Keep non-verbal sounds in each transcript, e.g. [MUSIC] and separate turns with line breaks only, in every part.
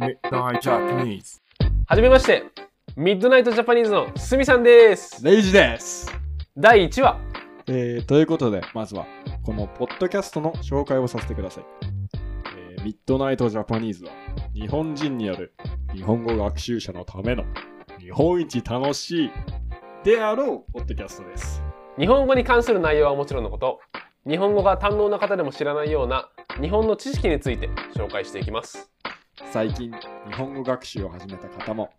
Midnight Japanese
はじめましてミッドナイトジャパニーズのすみさんです
レイジです、
第1話
えーということで、まずはこのポッドキャストの紹介をさせてください。えーミッドナイトジャパニーズは日本人による日本語学習者のための日本一楽しいであろうポッドキャストです。
日本語に関する内容はもちろんのこと日本語が堪能な方でも知らないような日本の知識について紹介していきます
最近、日本語学習を始めた方も、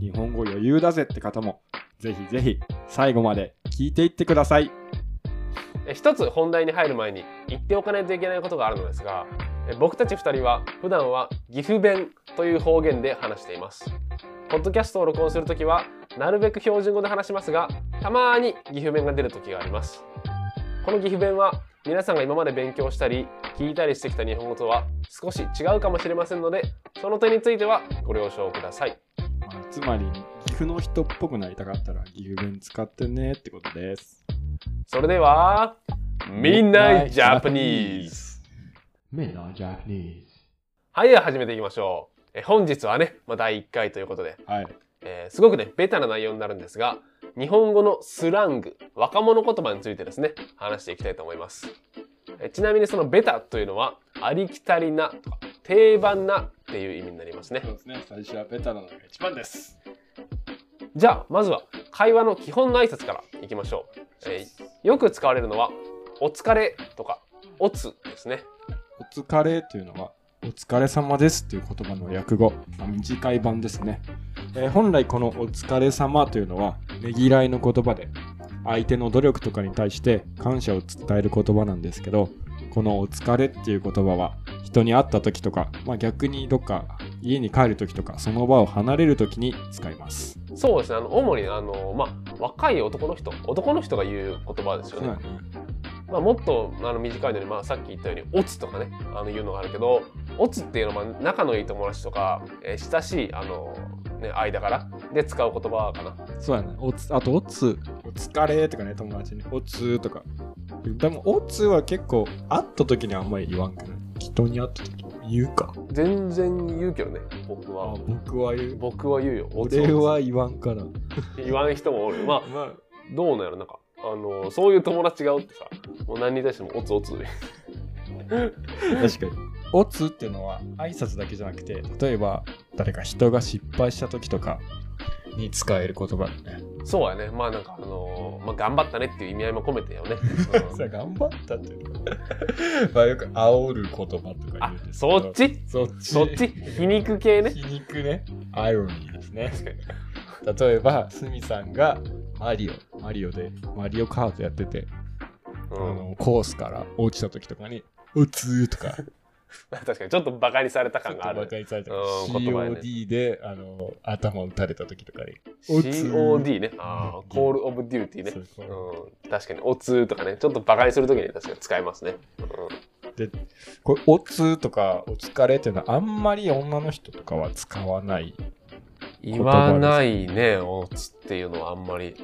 日本語余裕だぜって方も、ぜひぜひ最後まで聞いていってください。
え一つ本題に入る前に言っておかないといけないことがあるのですがえ僕たち2人は普段は岐阜弁という方言で話していますポッドキャストを録音するときはなるべく標準語で話しますがたまーに岐阜弁が出るときがありますこの岐阜弁は皆さんが今まで勉強したり聞いたりしてきた日本語とは少し違うかもしれませんのでその点についてはご了承ください
まあつまり、岐阜の人っぽくなりたかったら岐阜弁使ってねってことです。
それではみんなジャパニーズ
Midnight Japanese.
はい、では始めていきましょう。え本日はね、まあ、第1回ということで、
はい。
えーすごくね、ベタな内容になるんですが、日本語のスラング、若者言葉についてですね、話していきたいと思います。えちなみにそのベタというのは、ありきたりなとか、定番なっていう意味になりますね
そう。ですね。最初はベタなのが一番です。
じゃあ、まずは会話の基本の挨拶からいきましょう。えーよく使われるのは、お疲れとか、おつですね。
お疲れというのは、お疲れ様ですという言葉の略語、まあ短い版ですね、えー本来このお疲れ様というのは、ねぎらいの言葉で、相手の努力とかに対して感謝を伝える言葉なんですけど、このお疲れっていう言葉は、人に会った時とか、まあ、逆にどっか家に帰る時とか、その場を離れる時に使います。
そうですね、あの主にあの、まあ、若い男の人、男の人が言う言葉ですよね。まあ、もっとあの短いのに、まあ、さっき言ったように「オツ」とかねあの言うのがあるけど「オツ」っていうのはまあ仲のいい友達とか、えー親しいあの、ね、間柄で使う言葉かな
そうやね。おつあと、おつ、お疲れとかね、友達に、おつとか。でも、おつは結構、会った時にあんまり言わんくない。人に会った時言うか。
全然言うけどね僕は
僕は言う。
僕は言うよオツ
俺は言わんから。
言わん人もおるまあ
ま
どうなんやろなんかあのそういう友達がおってさもう何に対しても「オツオツ」
あ、確かに。おつっていうのは、挨拶だけじゃなくて、例えば、誰か人が失敗した時とかに使える言葉だね。
そうやねまあなんかあの、まあ、頑張ったねっていう意味合いも込めてよ [LAUGHS] ね、うん
あ、頑張ったっていうの [LAUGHS] まあ、よく、煽る言葉とか
あ
言うんですけ
そ
ど
っち
そっち
そっち皮肉系ね [LAUGHS]
皮肉ね。アイロニーですね。例えば、スミさんがマリオ、マリオで、マリオカートやってて、
う
あ
ん
のコースから落ちた時とかに、うつーとか、
[LAUGHS] 確かにちょっとバカにされた
ちょ
感
っと
があ
バ
る
カ。にされた
うん言葉やね
COD で、あの、頭を打たれた時とかに。おつ
COD ね。ああ、コールオブデューティー
そう
ね。
そう
うん、確かに、おつとかね、ちょっとバカにするときに確かに使いますね。
で、これ、おつーとか、お疲れっていうのは、あんまり女の人とかは使わない。
言わないね、おつっていうのはあんまり。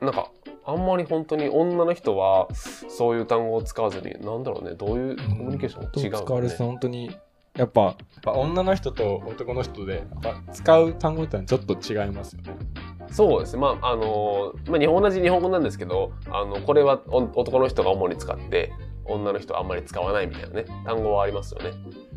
なんか、あんまり本当に女の人はそういう単語を使わずに、なんだろうね、どういうコミュニケーション
本当
違う
に
の
使われてた
ね。
本当にやっぱやっぱ女の人と男の人でやっぱ使う単語ってのはちょっと違いますよね。
そうですね。まあ、あのー、まあ、日本同じ日本語なんですけど、あの、これはお男の人が主に使って、女の人はあんまり使わないみたいなね、単語はありますよね。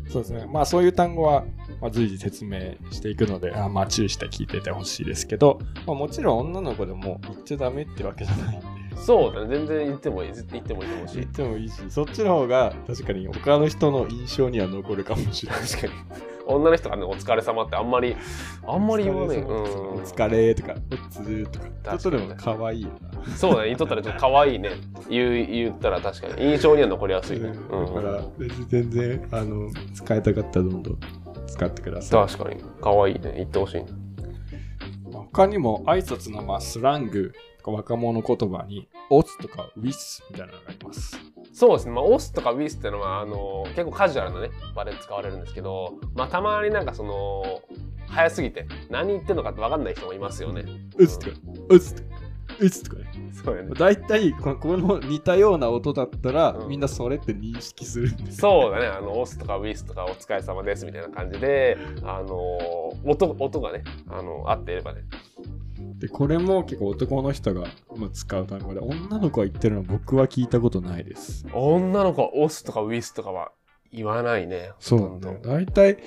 そうですね。まあそういう単語は、まあ、随時説明していくので、あまあ注意して聞いててほしいですけど、まあ、もちろん女の子でも言っちゃダメってわけじゃないんで。
そうだね、全然言ってもいい、言ってもいいと思うし
言っ。てもいいし、そっちの方が確かに他の人の印象には残るかもしれない。
確かに女の人がね「お疲れ様ってあんまりあんまり言わない
お
うん
疲れ様ですお疲れとか、おつーとか、ちょっとでも可愛いよな。
そうだね言っとったらちょっと可愛いね言う言ったら確かに印象には残りやすいね、うん
だから別に全然あの使いたかったらどんどん使ってください。
確かに可愛いね言ってほしいね
他にも挨拶のまあスラングとか若者言葉に「オツ」とか「ウィス」みたいなのがあります。
そうですね、まあ、オスとかウィスってのはあの結構カジュアルなね場で使われるんですけど、まあ、たまになんかその早すぎて何言ってんのか分かんない人もいますよね
「ウツ」とか「ウツ」とか「ウツ」とかね。
そうやね。
大体ここの似たような音だったら、
うん
みんなそれって認識するんです
そうだね、あの、オスとかウィスとかお疲れ様ですみたいな感じで、あの、音、音がね、あの、合っていればね。
でこれも結構男の人が、まあ、使う単語で女の子が言ってるのは僕は聞いたことないです
女の子はオスとかウィスとかは言わないね。
そうなんだよ大体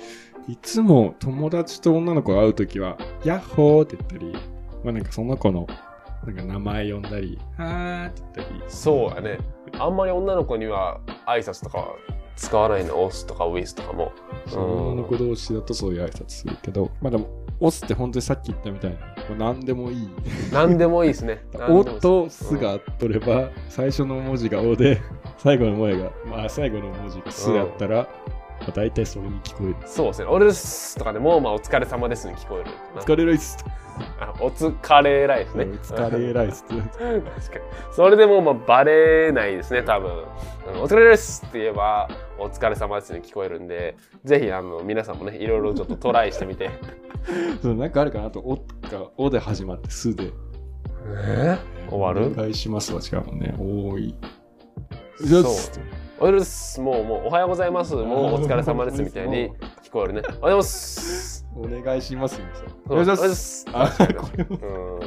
いつも友達と女の子が会う時は「ヤッホー」って言ったり、まあ、なんかその子のなんか名前呼んだり「はー」って言ったり
そうやね。あんまり女の子には挨拶とかは使わないの、オスとかウィスとかも。
その女の子同士だとそういう挨拶するけどまあでも「オス」って本当にさっき言ったみたいなもう何でもいい
何でもいいですね。
「お」と「す」が取れば最初の文字が「お」で [LAUGHS] 最後の文字がまあ最後の文字が「す」だったら、まあ、大体それに聞こえる
そうですね。俺ですとかでも、まあ、お疲れ様ですに聞こえる。
「疲れライス」
あお疲れライスね。
疲れライス [LAUGHS] って
確かにそれでもうまあバレないですね多分うんお疲れですって言えばお疲れ様ですに聞こえるんでぜひあの皆さんもねいろいろちょっとトライしてみて
そうなんかあるかなと「お」が「お」で始まって「す」で
[LAUGHS] え終わ
お
る
願いしますは違うもんね多い
そう
よし
おはようですもうもうおはようございますもうお疲れ様ですみたいに聞こえるねおはようございます
お願いしますみたい
そ
な
うおはようござい
よ
ま
し
す
あこれ
うん
も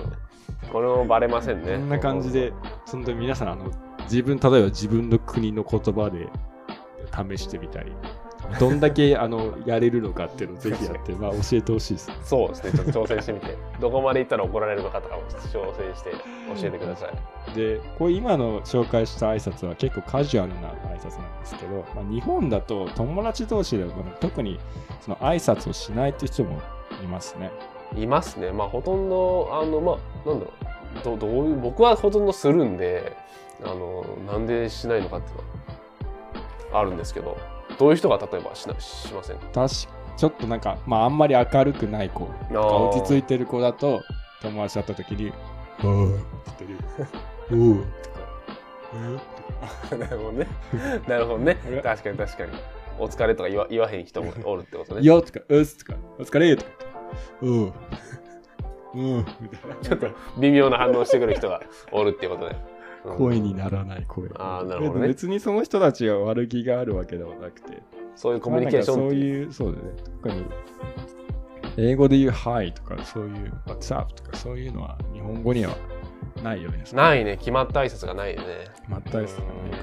これもバレません
こ
ね
んな感じでその時皆さんあの自分例えば自分の国の言葉で試してみたりどん
[LAUGHS]
だけあのやれるのかっていうのをぜひやって、まあ、教えてほしいです
そうですねちょっと挑戦してみてどこまで行ったら怒られるのかとかも挑戦して教えてください
でこれ今の紹介した挨拶は結構カジュアルな挨拶なんですけど、まあ、日本だと友達同士でも特にその挨拶をしないっていう人もいますね
いますね。まあほとんどあのまあなんだろうどどういう僕はほとんどするんであのなんでしないのかっていうのはあるんですけどどういう人が例えばしなしませんか
確かちょっとなんか、まあ、あんまり明るくない子
あ
が
ー
落ち着いてる子だと友達だった時に「おー」って言ってる「おー」
[LAUGHS]
とか「えー
なるほどね。なるほどね
あれ。
確かに確かに。お疲れとか言わ言わへん人もおるってことね。
よ」とか「うっす」とか「お疲れ」とか「 [LAUGHS] おー」うんみたいなちょっと
微妙な反応してくる人が [LAUGHS] おるっていうことで。うん
声にならない声
あーなるほどね
で別にその人たちが悪気があるわけではなくて
そういうコミュニケーション
まあなんかそういうそうだね特に英語で言う「はい」とかそういう「What's up」とかそういうのは日本語にはないよね
ないね。決まった挨拶がないよね。
全くそんなないか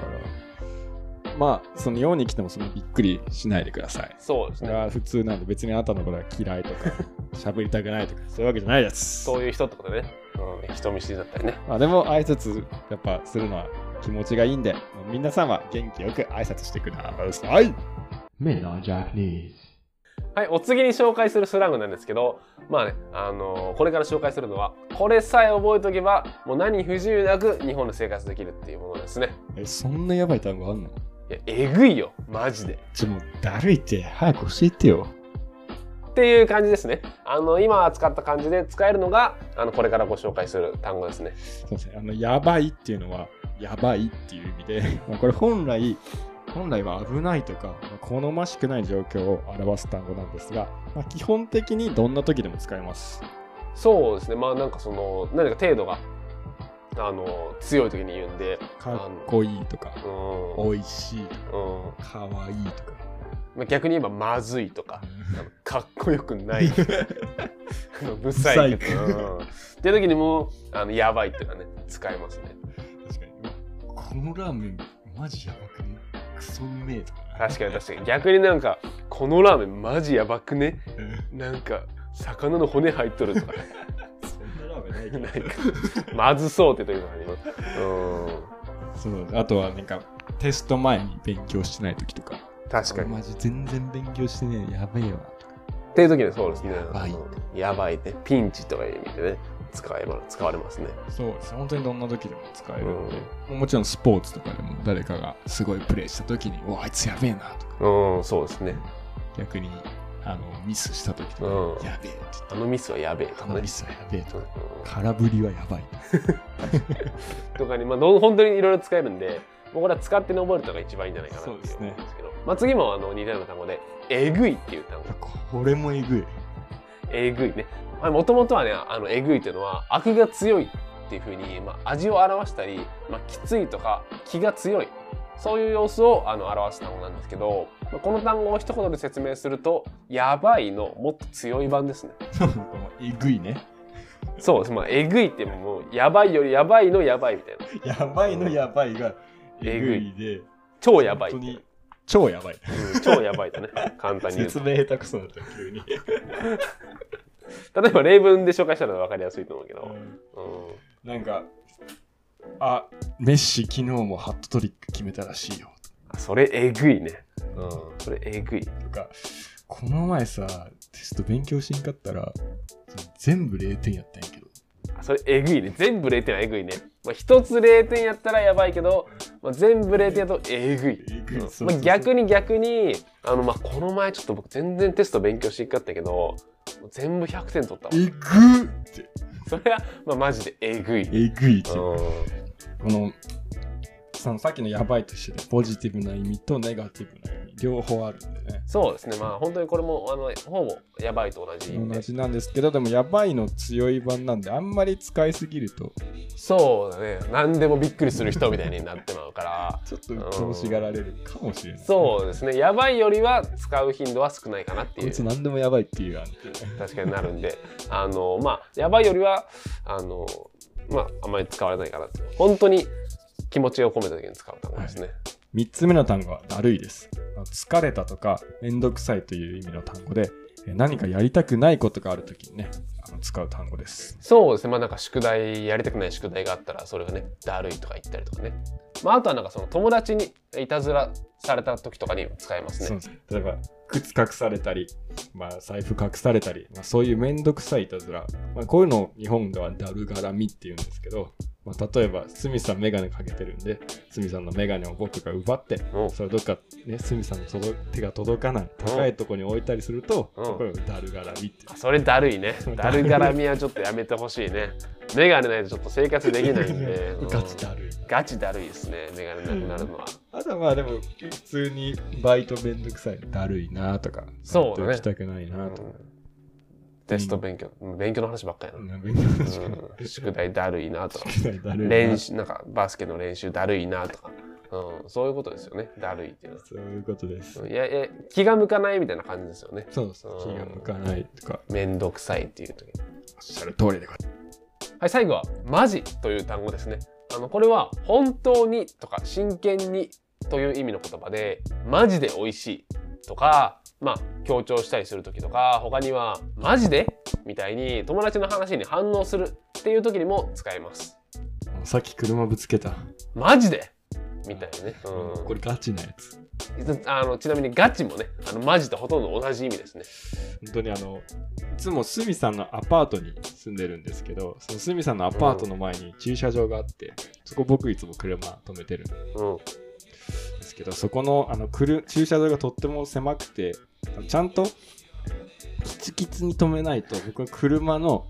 ら。まあ、その日本に来てもそのびっくりしないでください。
そうです
それ
ね。
は普通なんで別にあなたのことは嫌いとか喋りたくないとかそういうわけじゃないです。
そういう人ってことね。うん、人見知りだったりね。
まあ、でも挨拶やっぱするのは気持ちがいいんで皆さんは元気よく挨拶してください。
Men are Japanese.
はい、お次に紹介するスラングなんですけど、まあね、あのーこれから紹介するのは、これさえ覚えとけば、もう何不自由なく日本で生活できるっていうものですね。
えそんなやばい単語あん
い
の
や、えぐいよ、マジで。
ちょもうだるいって早く教えてよ。
っていう感じですね。あの、今扱った感じで使えるのが、あの、これからご紹介する単語ですね。
すいませんあのやばいっていうのはやばいっていう意味でまあこれ本来本来は危ないとかまあ好ましくない状況を表す単語なんですが、まあ、基本的にどんな時でも使えます
そうですね、まあなんかその、何か程度が、あのー強い時に言うんで、
かっこいいとか
うん、うん。
美味しいとかかわいいとか
まあ逆に言えば、まずいとか、あのかっこよくない。 [LAUGHS] あのブサイク。
ブサイク
うんっていう時にもあのやばいっていうのはね使いますね。
確かにこのラーメンマジやばくねクソうめえとか
確かに確かに逆になんかこのラーメンマジやばくね
うん
なんか魚の骨入っとるとか [LAUGHS]
そんなラーメン
な
ない
ん
け
か
ど
まずそうって時とかね。う
[LAUGHS] そうあとはなんかテスト前に勉強してない時とか
ん確かに。っ
マジ全然勉強してねえやべえわとか
ていう時にそうですね。
やばい
うんやばいってピンチとかいう意味でね使えま使われますね。
そうです本当にどんな時でも使え
う
るん
ん
で、もちろんスポーツとかでも誰かがすごいプレーした時に「おあいつやべえな」とか
うん、そうですね。
逆にあのミスした時とか
うん
「やべえ」って言って
あのミスはやべえと
「こ
か
の
ね
ミ。スはやべえ」と
う
か
ん
「空振りはやばい」
とかに、まあ、ど本当にいろいろ使えるん
[LAUGHS]
で、もうこれは使って覚えるのが一番いいんじゃないかなってい
そうです
う
ね
思うんですけど、まあ、次もあの似たような単語で、えぐいっていう単語、
これもえぐい [LAUGHS]
えぐいね。もともとはね、あのえぐいっていうのは、悪が強いっていうふうに、まあ、味を表したり、まあ、きついとか気が強いそういう様子をあの表す単語なんですけど、まあこの単語を一言で説明すると「やばい」のもっと強い版ですね。
えぐいね。
そうです、まあ、えぐいってもう「やばい」より「やばい」の「やばい」みたいな
やばいのやばいがえぐいで、
「超やばい」って
本当に超やばい。
うん超やばいだね簡単に言うと
説明下手くそになった急に。
例えば例文で紹介したら分かりやすいと思うけど、うん
なんか、あ、メッシ昨日もハットトリック決めたらしいよ
あそれえぐいね、うん、それえぐい
とか、この前さ、テスト勉強しんかったら、全部0点やったんやけど。
あそれえぐいね全部0点はえぐいね、まあ、1つ0点やったらやばいけど、まあ、全部0点やとえぐい
えぐいそう
う
そ
ん
う
ま
そ
あ
う
逆に逆にあの、まあ、この前ちょっと僕全然テスト勉強しんかったけどもう全部100点取ったわ
えぐっって。
それは、まあ、マジでえぐい、うん、
えぐいって。この、そのさっきのやばいと一緒で、ポジティブな意味とネガティブな意味、両方あるんでね。
そうですねまあ本当にこれもあのほぼやばいと同じ意味
同
で
じなんですけど、でもやばいの強い版なんで、あんまり使いすぎると、
そうだね何でもびっくりする人みたいになってまうから
ちょっと鬱陶しがられるかもしれない。
そうですねやばいよりは使う頻度は少ないかなってい
こいうつ何でもやばいっていう案件。
確かになるんであのまあやばいよりはあのまああまり使われないかなって本当に気持ちを込めた時に使う単語ですね、
3つ目の単語はだるいです。疲れたとかめんどくさいという意味の単語で、えー何かやりたくないことがあるときにね、あの使う単語です。
そうですねまあなんか宿題やりたくない宿題があったらそれがねだるいとか言ったりとかねまああとはなんかその友達にいたずらされた時とかに使えます
そ
ね
うです例えば、靴隠されたり、まあ、財布隠されたり、まあ、そういうめんどくさいいたずら、まあ、こういうのを日本ではだるがらみっていうんですけど、まあ、例えば、スミさんメガネかけてるんで、スミさんのメガネを僕が奪って、
うん
それどっか、ね、スミさんの届手が届かない高いところに置いたりすると、
うん
これをだるがらみって
あそれだるいね
[LAUGHS] そう
だるがらみはちょっとやめてほしいねメガネないとちょっと生活できないんで、うん
[LAUGHS] ガチだるい。
ガチだるいですねメガネなくなるのは
あとはまあでも普通にバイトめんどくさいだるいなとか
そうだね
行きたくないなとか、
テスト勉強、うん勉強の話ばっかりやな、
なんか勉強の時間
うん宿題だるいなとか
だるいな
練習なんかバスケの練習だるいなとか、うん、そういうことですよねだるいっていうのは
そういうことです、
うんいやいや気が向かないみたいな感じですよね
そうそう気が向かないとか
めんどくさいっていう時
おっしゃる通りでござい
はい最後は「マジ」という単語ですねあのこれは「本当に」とか「真剣に」という意味の言葉で「マジで美味しい」とかまあ強調したりする時とか他には「マジで?」みたいに友達の話に反応するっていう時にも使えます
ますさっき車ぶつけた、
「マジで?」みたいなね、うん
これガチなやつ
あのちなみにガチもねあのマジとほとんど同じ意味ですね
本当にあのいつもスミさんのアパートに住んでるんですけどそのスミさんのアパートの前に駐車場があって、そこ僕いつも車止めてるん
うん
ですけどそこのあのくる駐車場がとっても狭くてちゃんとキツキツに止めないと僕は車の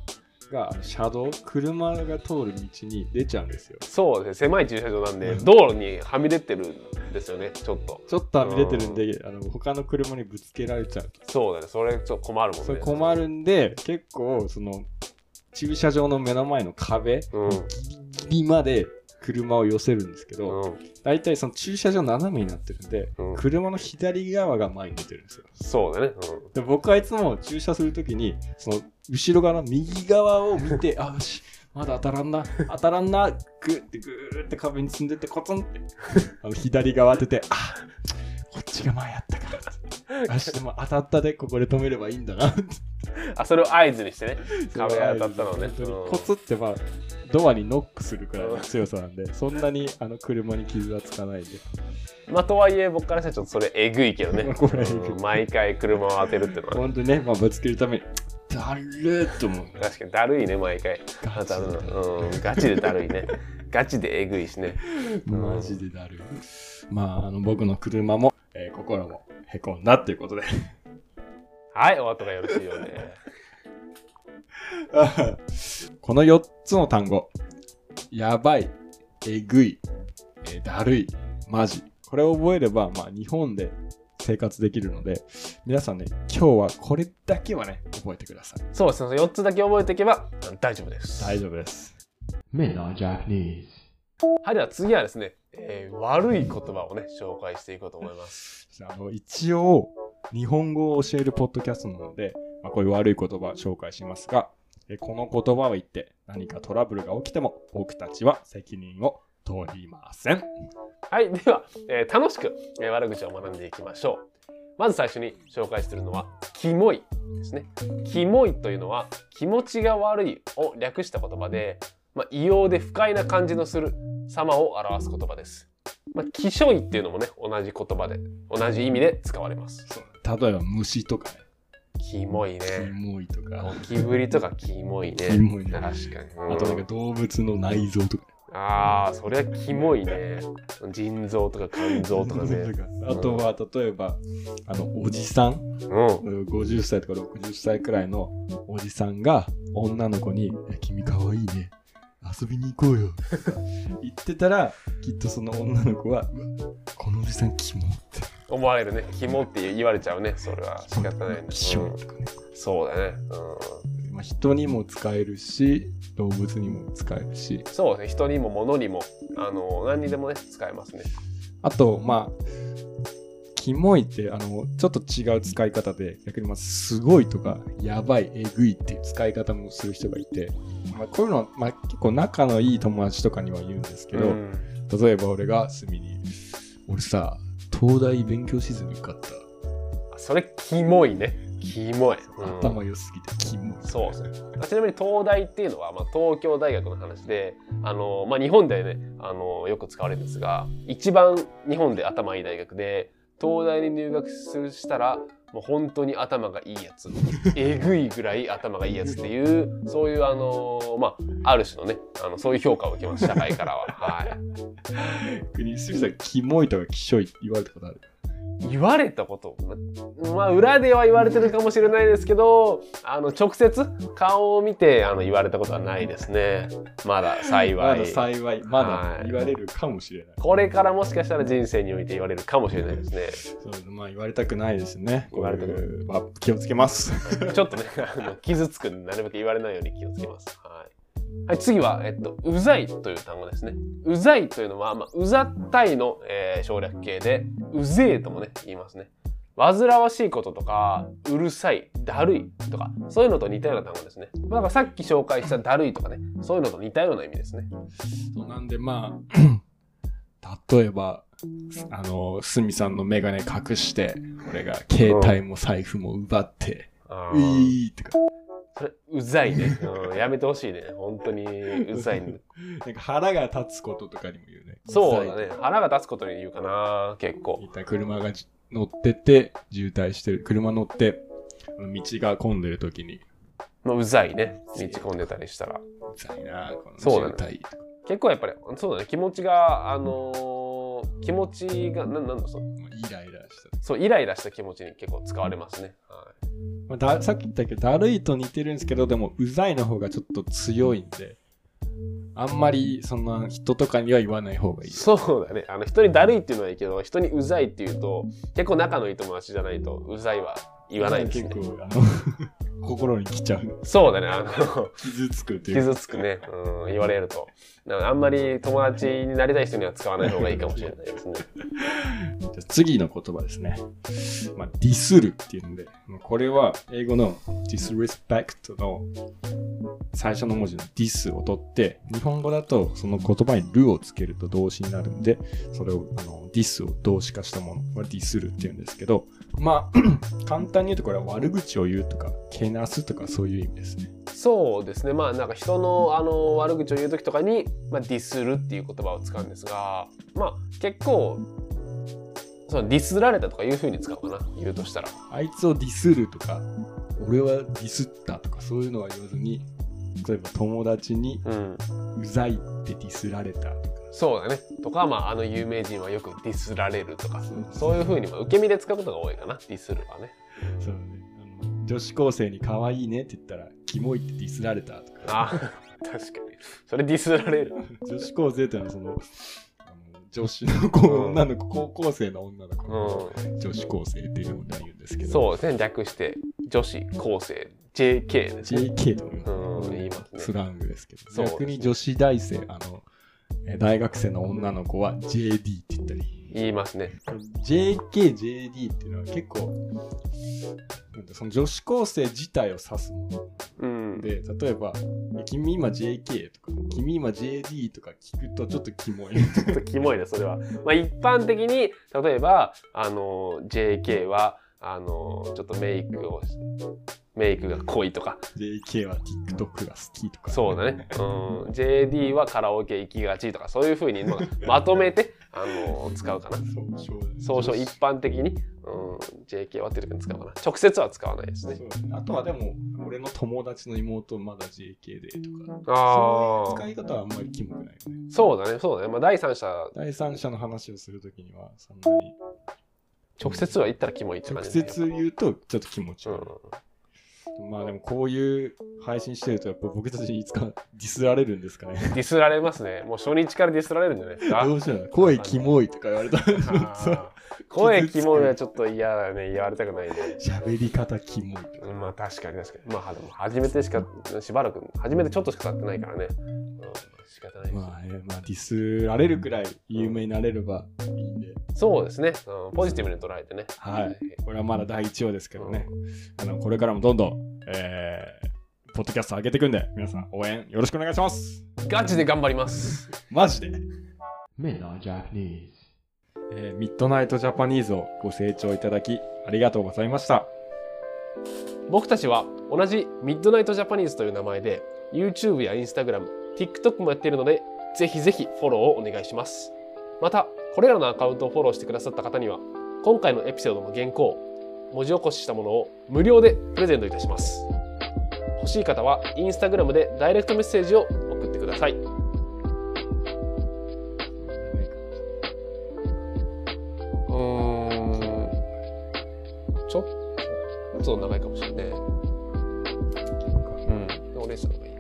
があの車道車が通る道に出ちゃうんですよ
そうですね狭い駐車場なんで
うん
道路にはみ出てるんですよねちょっと
ちょっとはみ出てるんであの他の車にぶつけられちゃう
そうだねそれちょっと困るもんね
それ困るんで結構その駐車場の目の前の壁
うん
ギリまで車を寄せるんですけど、
うん
大体その駐車場斜めになってるんで、
うん
車の左側が前に出てるんですよ
そうだね、
で僕はいつも駐車するときにその後ろ側の右側を見
[LAUGHS]
てあよしまだ当たらんな当たらんなグーってグーって壁に積んでってコツンって
[LAUGHS]
あの左側当ててあこっちが前やったからよしでも当たったでここで止めればいいんだなって
うん、あそれを合図にしてね壁当たったのね
本当に
うん
コツってまあドアにノックするくらいの強さなんでそんなにあの車に傷はつかないんで
まあとはいえ僕からしたらちょっとそれえぐいけどね
[LAUGHS] これえぐい
うん毎回車を当てるってのはね
本当にね、まあ、ぶつけるためにだるーと思う
確かにだるいね毎回当たるの、うん、ガチでだるいねガチでえぐいしねうん
マジでだるい。まあ、あの僕の車も、えー心もへこんだっていうことで。 [LAUGHS]
はい終わったがよろしいようで
この4つの単語、やばい、えぐい、えーだるい、マジ。これを覚えれば、まあ、日本で生活できるので、皆さんね、今日はこれだけはね、覚えてください。
そうですね4つだけ覚えていけばあの大丈夫です
大丈夫です。
Me na Japanese.
はい、では次はですね、えー悪い言葉をね、紹介していこうと思います。
あの一応、日本語を教えるポッドキャストなので、まあ、こういう悪い言葉を紹介しますが、えこの言葉を言って何かトラブルが起きても僕たちは責任を取りません。
はい、では、えー楽しく、えー悪口を学んでいきましょう。まず最初に紹介するのは、キモいですね。キモいというのは、気持ちが悪いを略した言葉で、まあ、異様で不快な感じのする様を表す言葉です。まあ、きしょいっていうのもね、同じ言葉で、同じ意味で使われます。
例えば虫とかね、
キモい
キ
ね。
モいとか
ゴ、キブリとかキモいね。
キモいね
確かに。
あとなんか動物の内臓とか、
ああ、そりゃキモいね。腎臓とか肝臓とか
[LAUGHS]
ね。
あとは例えば、あの、おじさん
うん。
50歳とか60歳くらいのおじさんが女の子に「君かわいいね遊びに行こうよ」とか言ってたらきっとその女の子は「うわこのおじさんキモ」って
思われるね。キモって言われちゃうね。それは仕方ないね。
キシ
う
ョ
ん
とかね、
そうだね。
まあ、人にも使えるし動物にも使えるし
うん。そうね。人にも物にも、あの、何にでもね、使えますね。
あとまあキモいってあのちょっと違う使い方で逆にまあすごいとかやばいえぐいっていう使い方もする人がいて、まあ、こういうのは、まあ、結構仲のいい友達とかには言うんですけど、
うん
例えば俺が隅に「俺さ東大勉強シーズン受かった、
それ、キモいね。キモい。うん
頭良すぎてキモい」
そうですね。あちなみに東大っていうのは、まあ、東京大学の話で、あのまあ、日本でね、あのよく使われるんですが、一番日本で頭いい大学で、東大に入学するしたら、もう本当に頭がいいやつ、えぐいぐらい頭がいいやつっていう、そういうあのまあ、ある種のね、あのそういう評価を受けます社会からは。はい。
国杉さんキモいとかキショイって言われたことある
言われたこと、ままあ、裏では言われてるかもしれないですけど、あの直接顔を見てあの言われたことはないですね。まだ幸い。
まだ幸いまだ
はい
言われるかもしれない、
これからもしかしたら人生において言われるかもしれない
[LAUGHS]
です
そうまあ言われたくないですね
言われたくない
こういうまあ、気をつけます
ね。ちょっとね、あの傷つくんでなるべく言われないように気をつけます。はい。はい、次は、えっと、うざいという単語ですね。うざいというのは、まあ、うざったいの、えー省略形で、うぜえともね、言いますね。煩わしいこととか、うるさい、だるいとか、そういうのと似たような単語ですね。まあ、だからさっき紹介しただるいとかね、そういうのと似たような意味ですね。
そうなんでまあ [COUGHS] 例えばあのスミさんの眼鏡隠して俺が携帯も財布も奪って「
あ
う
ー
いー」とか
それ、うざいね。うん、やめてほしいね。本当に、うざい、ね。
なんか腹が立つこととかにも言うね
そうだね。腹が立つことに言うかな、結構。
一体車がじ乗ってて、渋滞してる。車乗って、あの道が混んでる時に、
まあ、うざいね。道込んでたりしたら。
うざいなあこの
そうだ
渋
ね
滞とか。
結構やっぱり、そうだね。気持ちが、あのー気持ちが、ななんだそう、
もうイライラした。
そう、イライラした気持ちに結構使われますね。は
まあ、ださっき言ったけど、だるいと似てるんですけど、でも、うざいの方がちょっと強いんで、あんまりそんな人とかには言わない方がい
い、
い。
そうだね。あの、人にだるいっていうのはいいけど、人にうざいっていうと、結構仲のいい友達じゃないと、うざいは言わないですね。
結構、あの、心に来ちゃう。
そうだね。あ [LAUGHS] の、
傷つくというか。
傷つくね。うん、言われると。だからあんまり友達になりたい人には使わない方がいいかもしれないですね。
じゃあ次の言葉ですね。まあ、ディスるっていうので、まあこれは英語の disrespect の最初の文字のディスを取って、日本語だとその言葉にるをつけると動詞になるんで、それをあのディスを動詞化したものはディスるっていうんですけど、まあ、 [CLEARS THROAT] 簡単に言うとこれは悪口を言うとか、けなすとかそういう意味ですね。
そうですねまあなんか人のあの悪口を言う時とかに、まあ、ディスるっていう言葉を使うんですがまあ結構そのディスられたとかいう風に使うかな言うとしたら
あいつをディスるとか、俺はディスったとかそういうのは言わずに、例えば友達に
うん
うざいってディスられたとか、
そうだねとかまああの有名人はよくディスられるとか
そう
そういう風にまあ受け身で使うことが多いかなディスるはね
そうねあの女子高生に可愛いねって言ったらキモいってディスられたとか
あ [LAUGHS] 確かにそれディスられる
女子高生っていうのはそのあの女子の子
うん
女の子高校生の女の子の
う
女子高生っていうのを言うんですけ
ん
ど、
そうですね略して女子高生 JK ですね
JK とも言う
う
の
ものに言います
ス
ね。
ラングですけど、
そうですね
逆に女子大生あのえー大学生の女の子は JD って言ったり
言いますね。
JKJD っていうのは結構なんだその女子高生自体を指すもの
うん。
で例えば「君今 JK」とか「君今 JD」とか聞くとちょっとキモい
ちょっとキモいね、それは。まあ、一般的に、例えば、あの、JK は、あの、ちょっとメイクを、メイクが濃いとか、
JK は TikTok が好きとか
そうだね。うん、JD はカラオケ行きがちとか、そういうふうに、まあ、まとめて、あの、使うかな。
総称
総称一般的に、うん、JK はってるかに使うかな。直接は使わないですね。
そうあとはでも俺の友達の妹まだ JK でとか
あ
そういう使
あ、
い方はあんまりキモくないよね
そうだね、そうだね。まあ、第三者、
第三者の話をするときにはそんなに
直接は言ったらキモいって感
直
じ、ね。
接言うとちょっと気持ち
う
悪
ん
い、。まあでもこういう配信してるとやっぱ僕たちにいつか [LAUGHS] ディスられるんですかね
ディスられますね。もう初日からディスられるんじゃないですか。
どうしたら声キモいとか言われたらちょっと
あー声キモいはちょっと嫌だね言われたくないね
[LAUGHS] 喋り方キモいとか
うんまあ確かに確かにまあでも初めてしかしばらく初めてちょっとしか経ってないからね、うん、仕方ないです、
まあねまあディスられるくらい有名になれればいいんで
そうですね、うん、ポジティブに捉えてね
はいこれはまだ第1話ですけどねあのこれからもどんどんえーポッドキャスト上げていくんで皆さん応援よろしくお願いします
ガチで頑張ります
マジで
Men are Japanese.
えーミッドナイトジャパニーズをご清聴いただきありがとうございました
僕たちは同じミッドナイトジャパニーズという名前で YouTube や Instagram、TikTok もやっているのでぜひぜひフォローをお願いしますまたこれらのアカウントをフォローしてくださった方には今回のエピソードの原稿文字起こししたものを無料でプレゼントいたします欲しい方は Instagram でダイレクトメッセージを送ってくださいうーんちょっと長いかもしれないね。うん。でもレイさんの方がいい。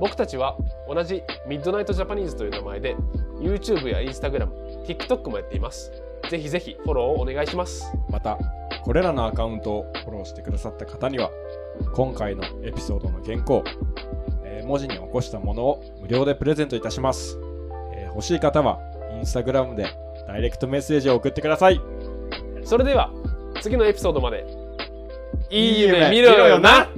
僕たちは同じミッドナイトジャパニーズという名前で YouTube や Instagram、TikTok もやっています。ぜひぜひフォローをお願いします。
またこれらのアカウントをフォローしてくださった方には今回のエピソードの原稿、えー文字に起こしたものを無料でプレゼントいたします、えー欲しい方はインスタグラムでダイレクトメッセージを送ってください
それでは次のエピソードまでいい夢見ろよな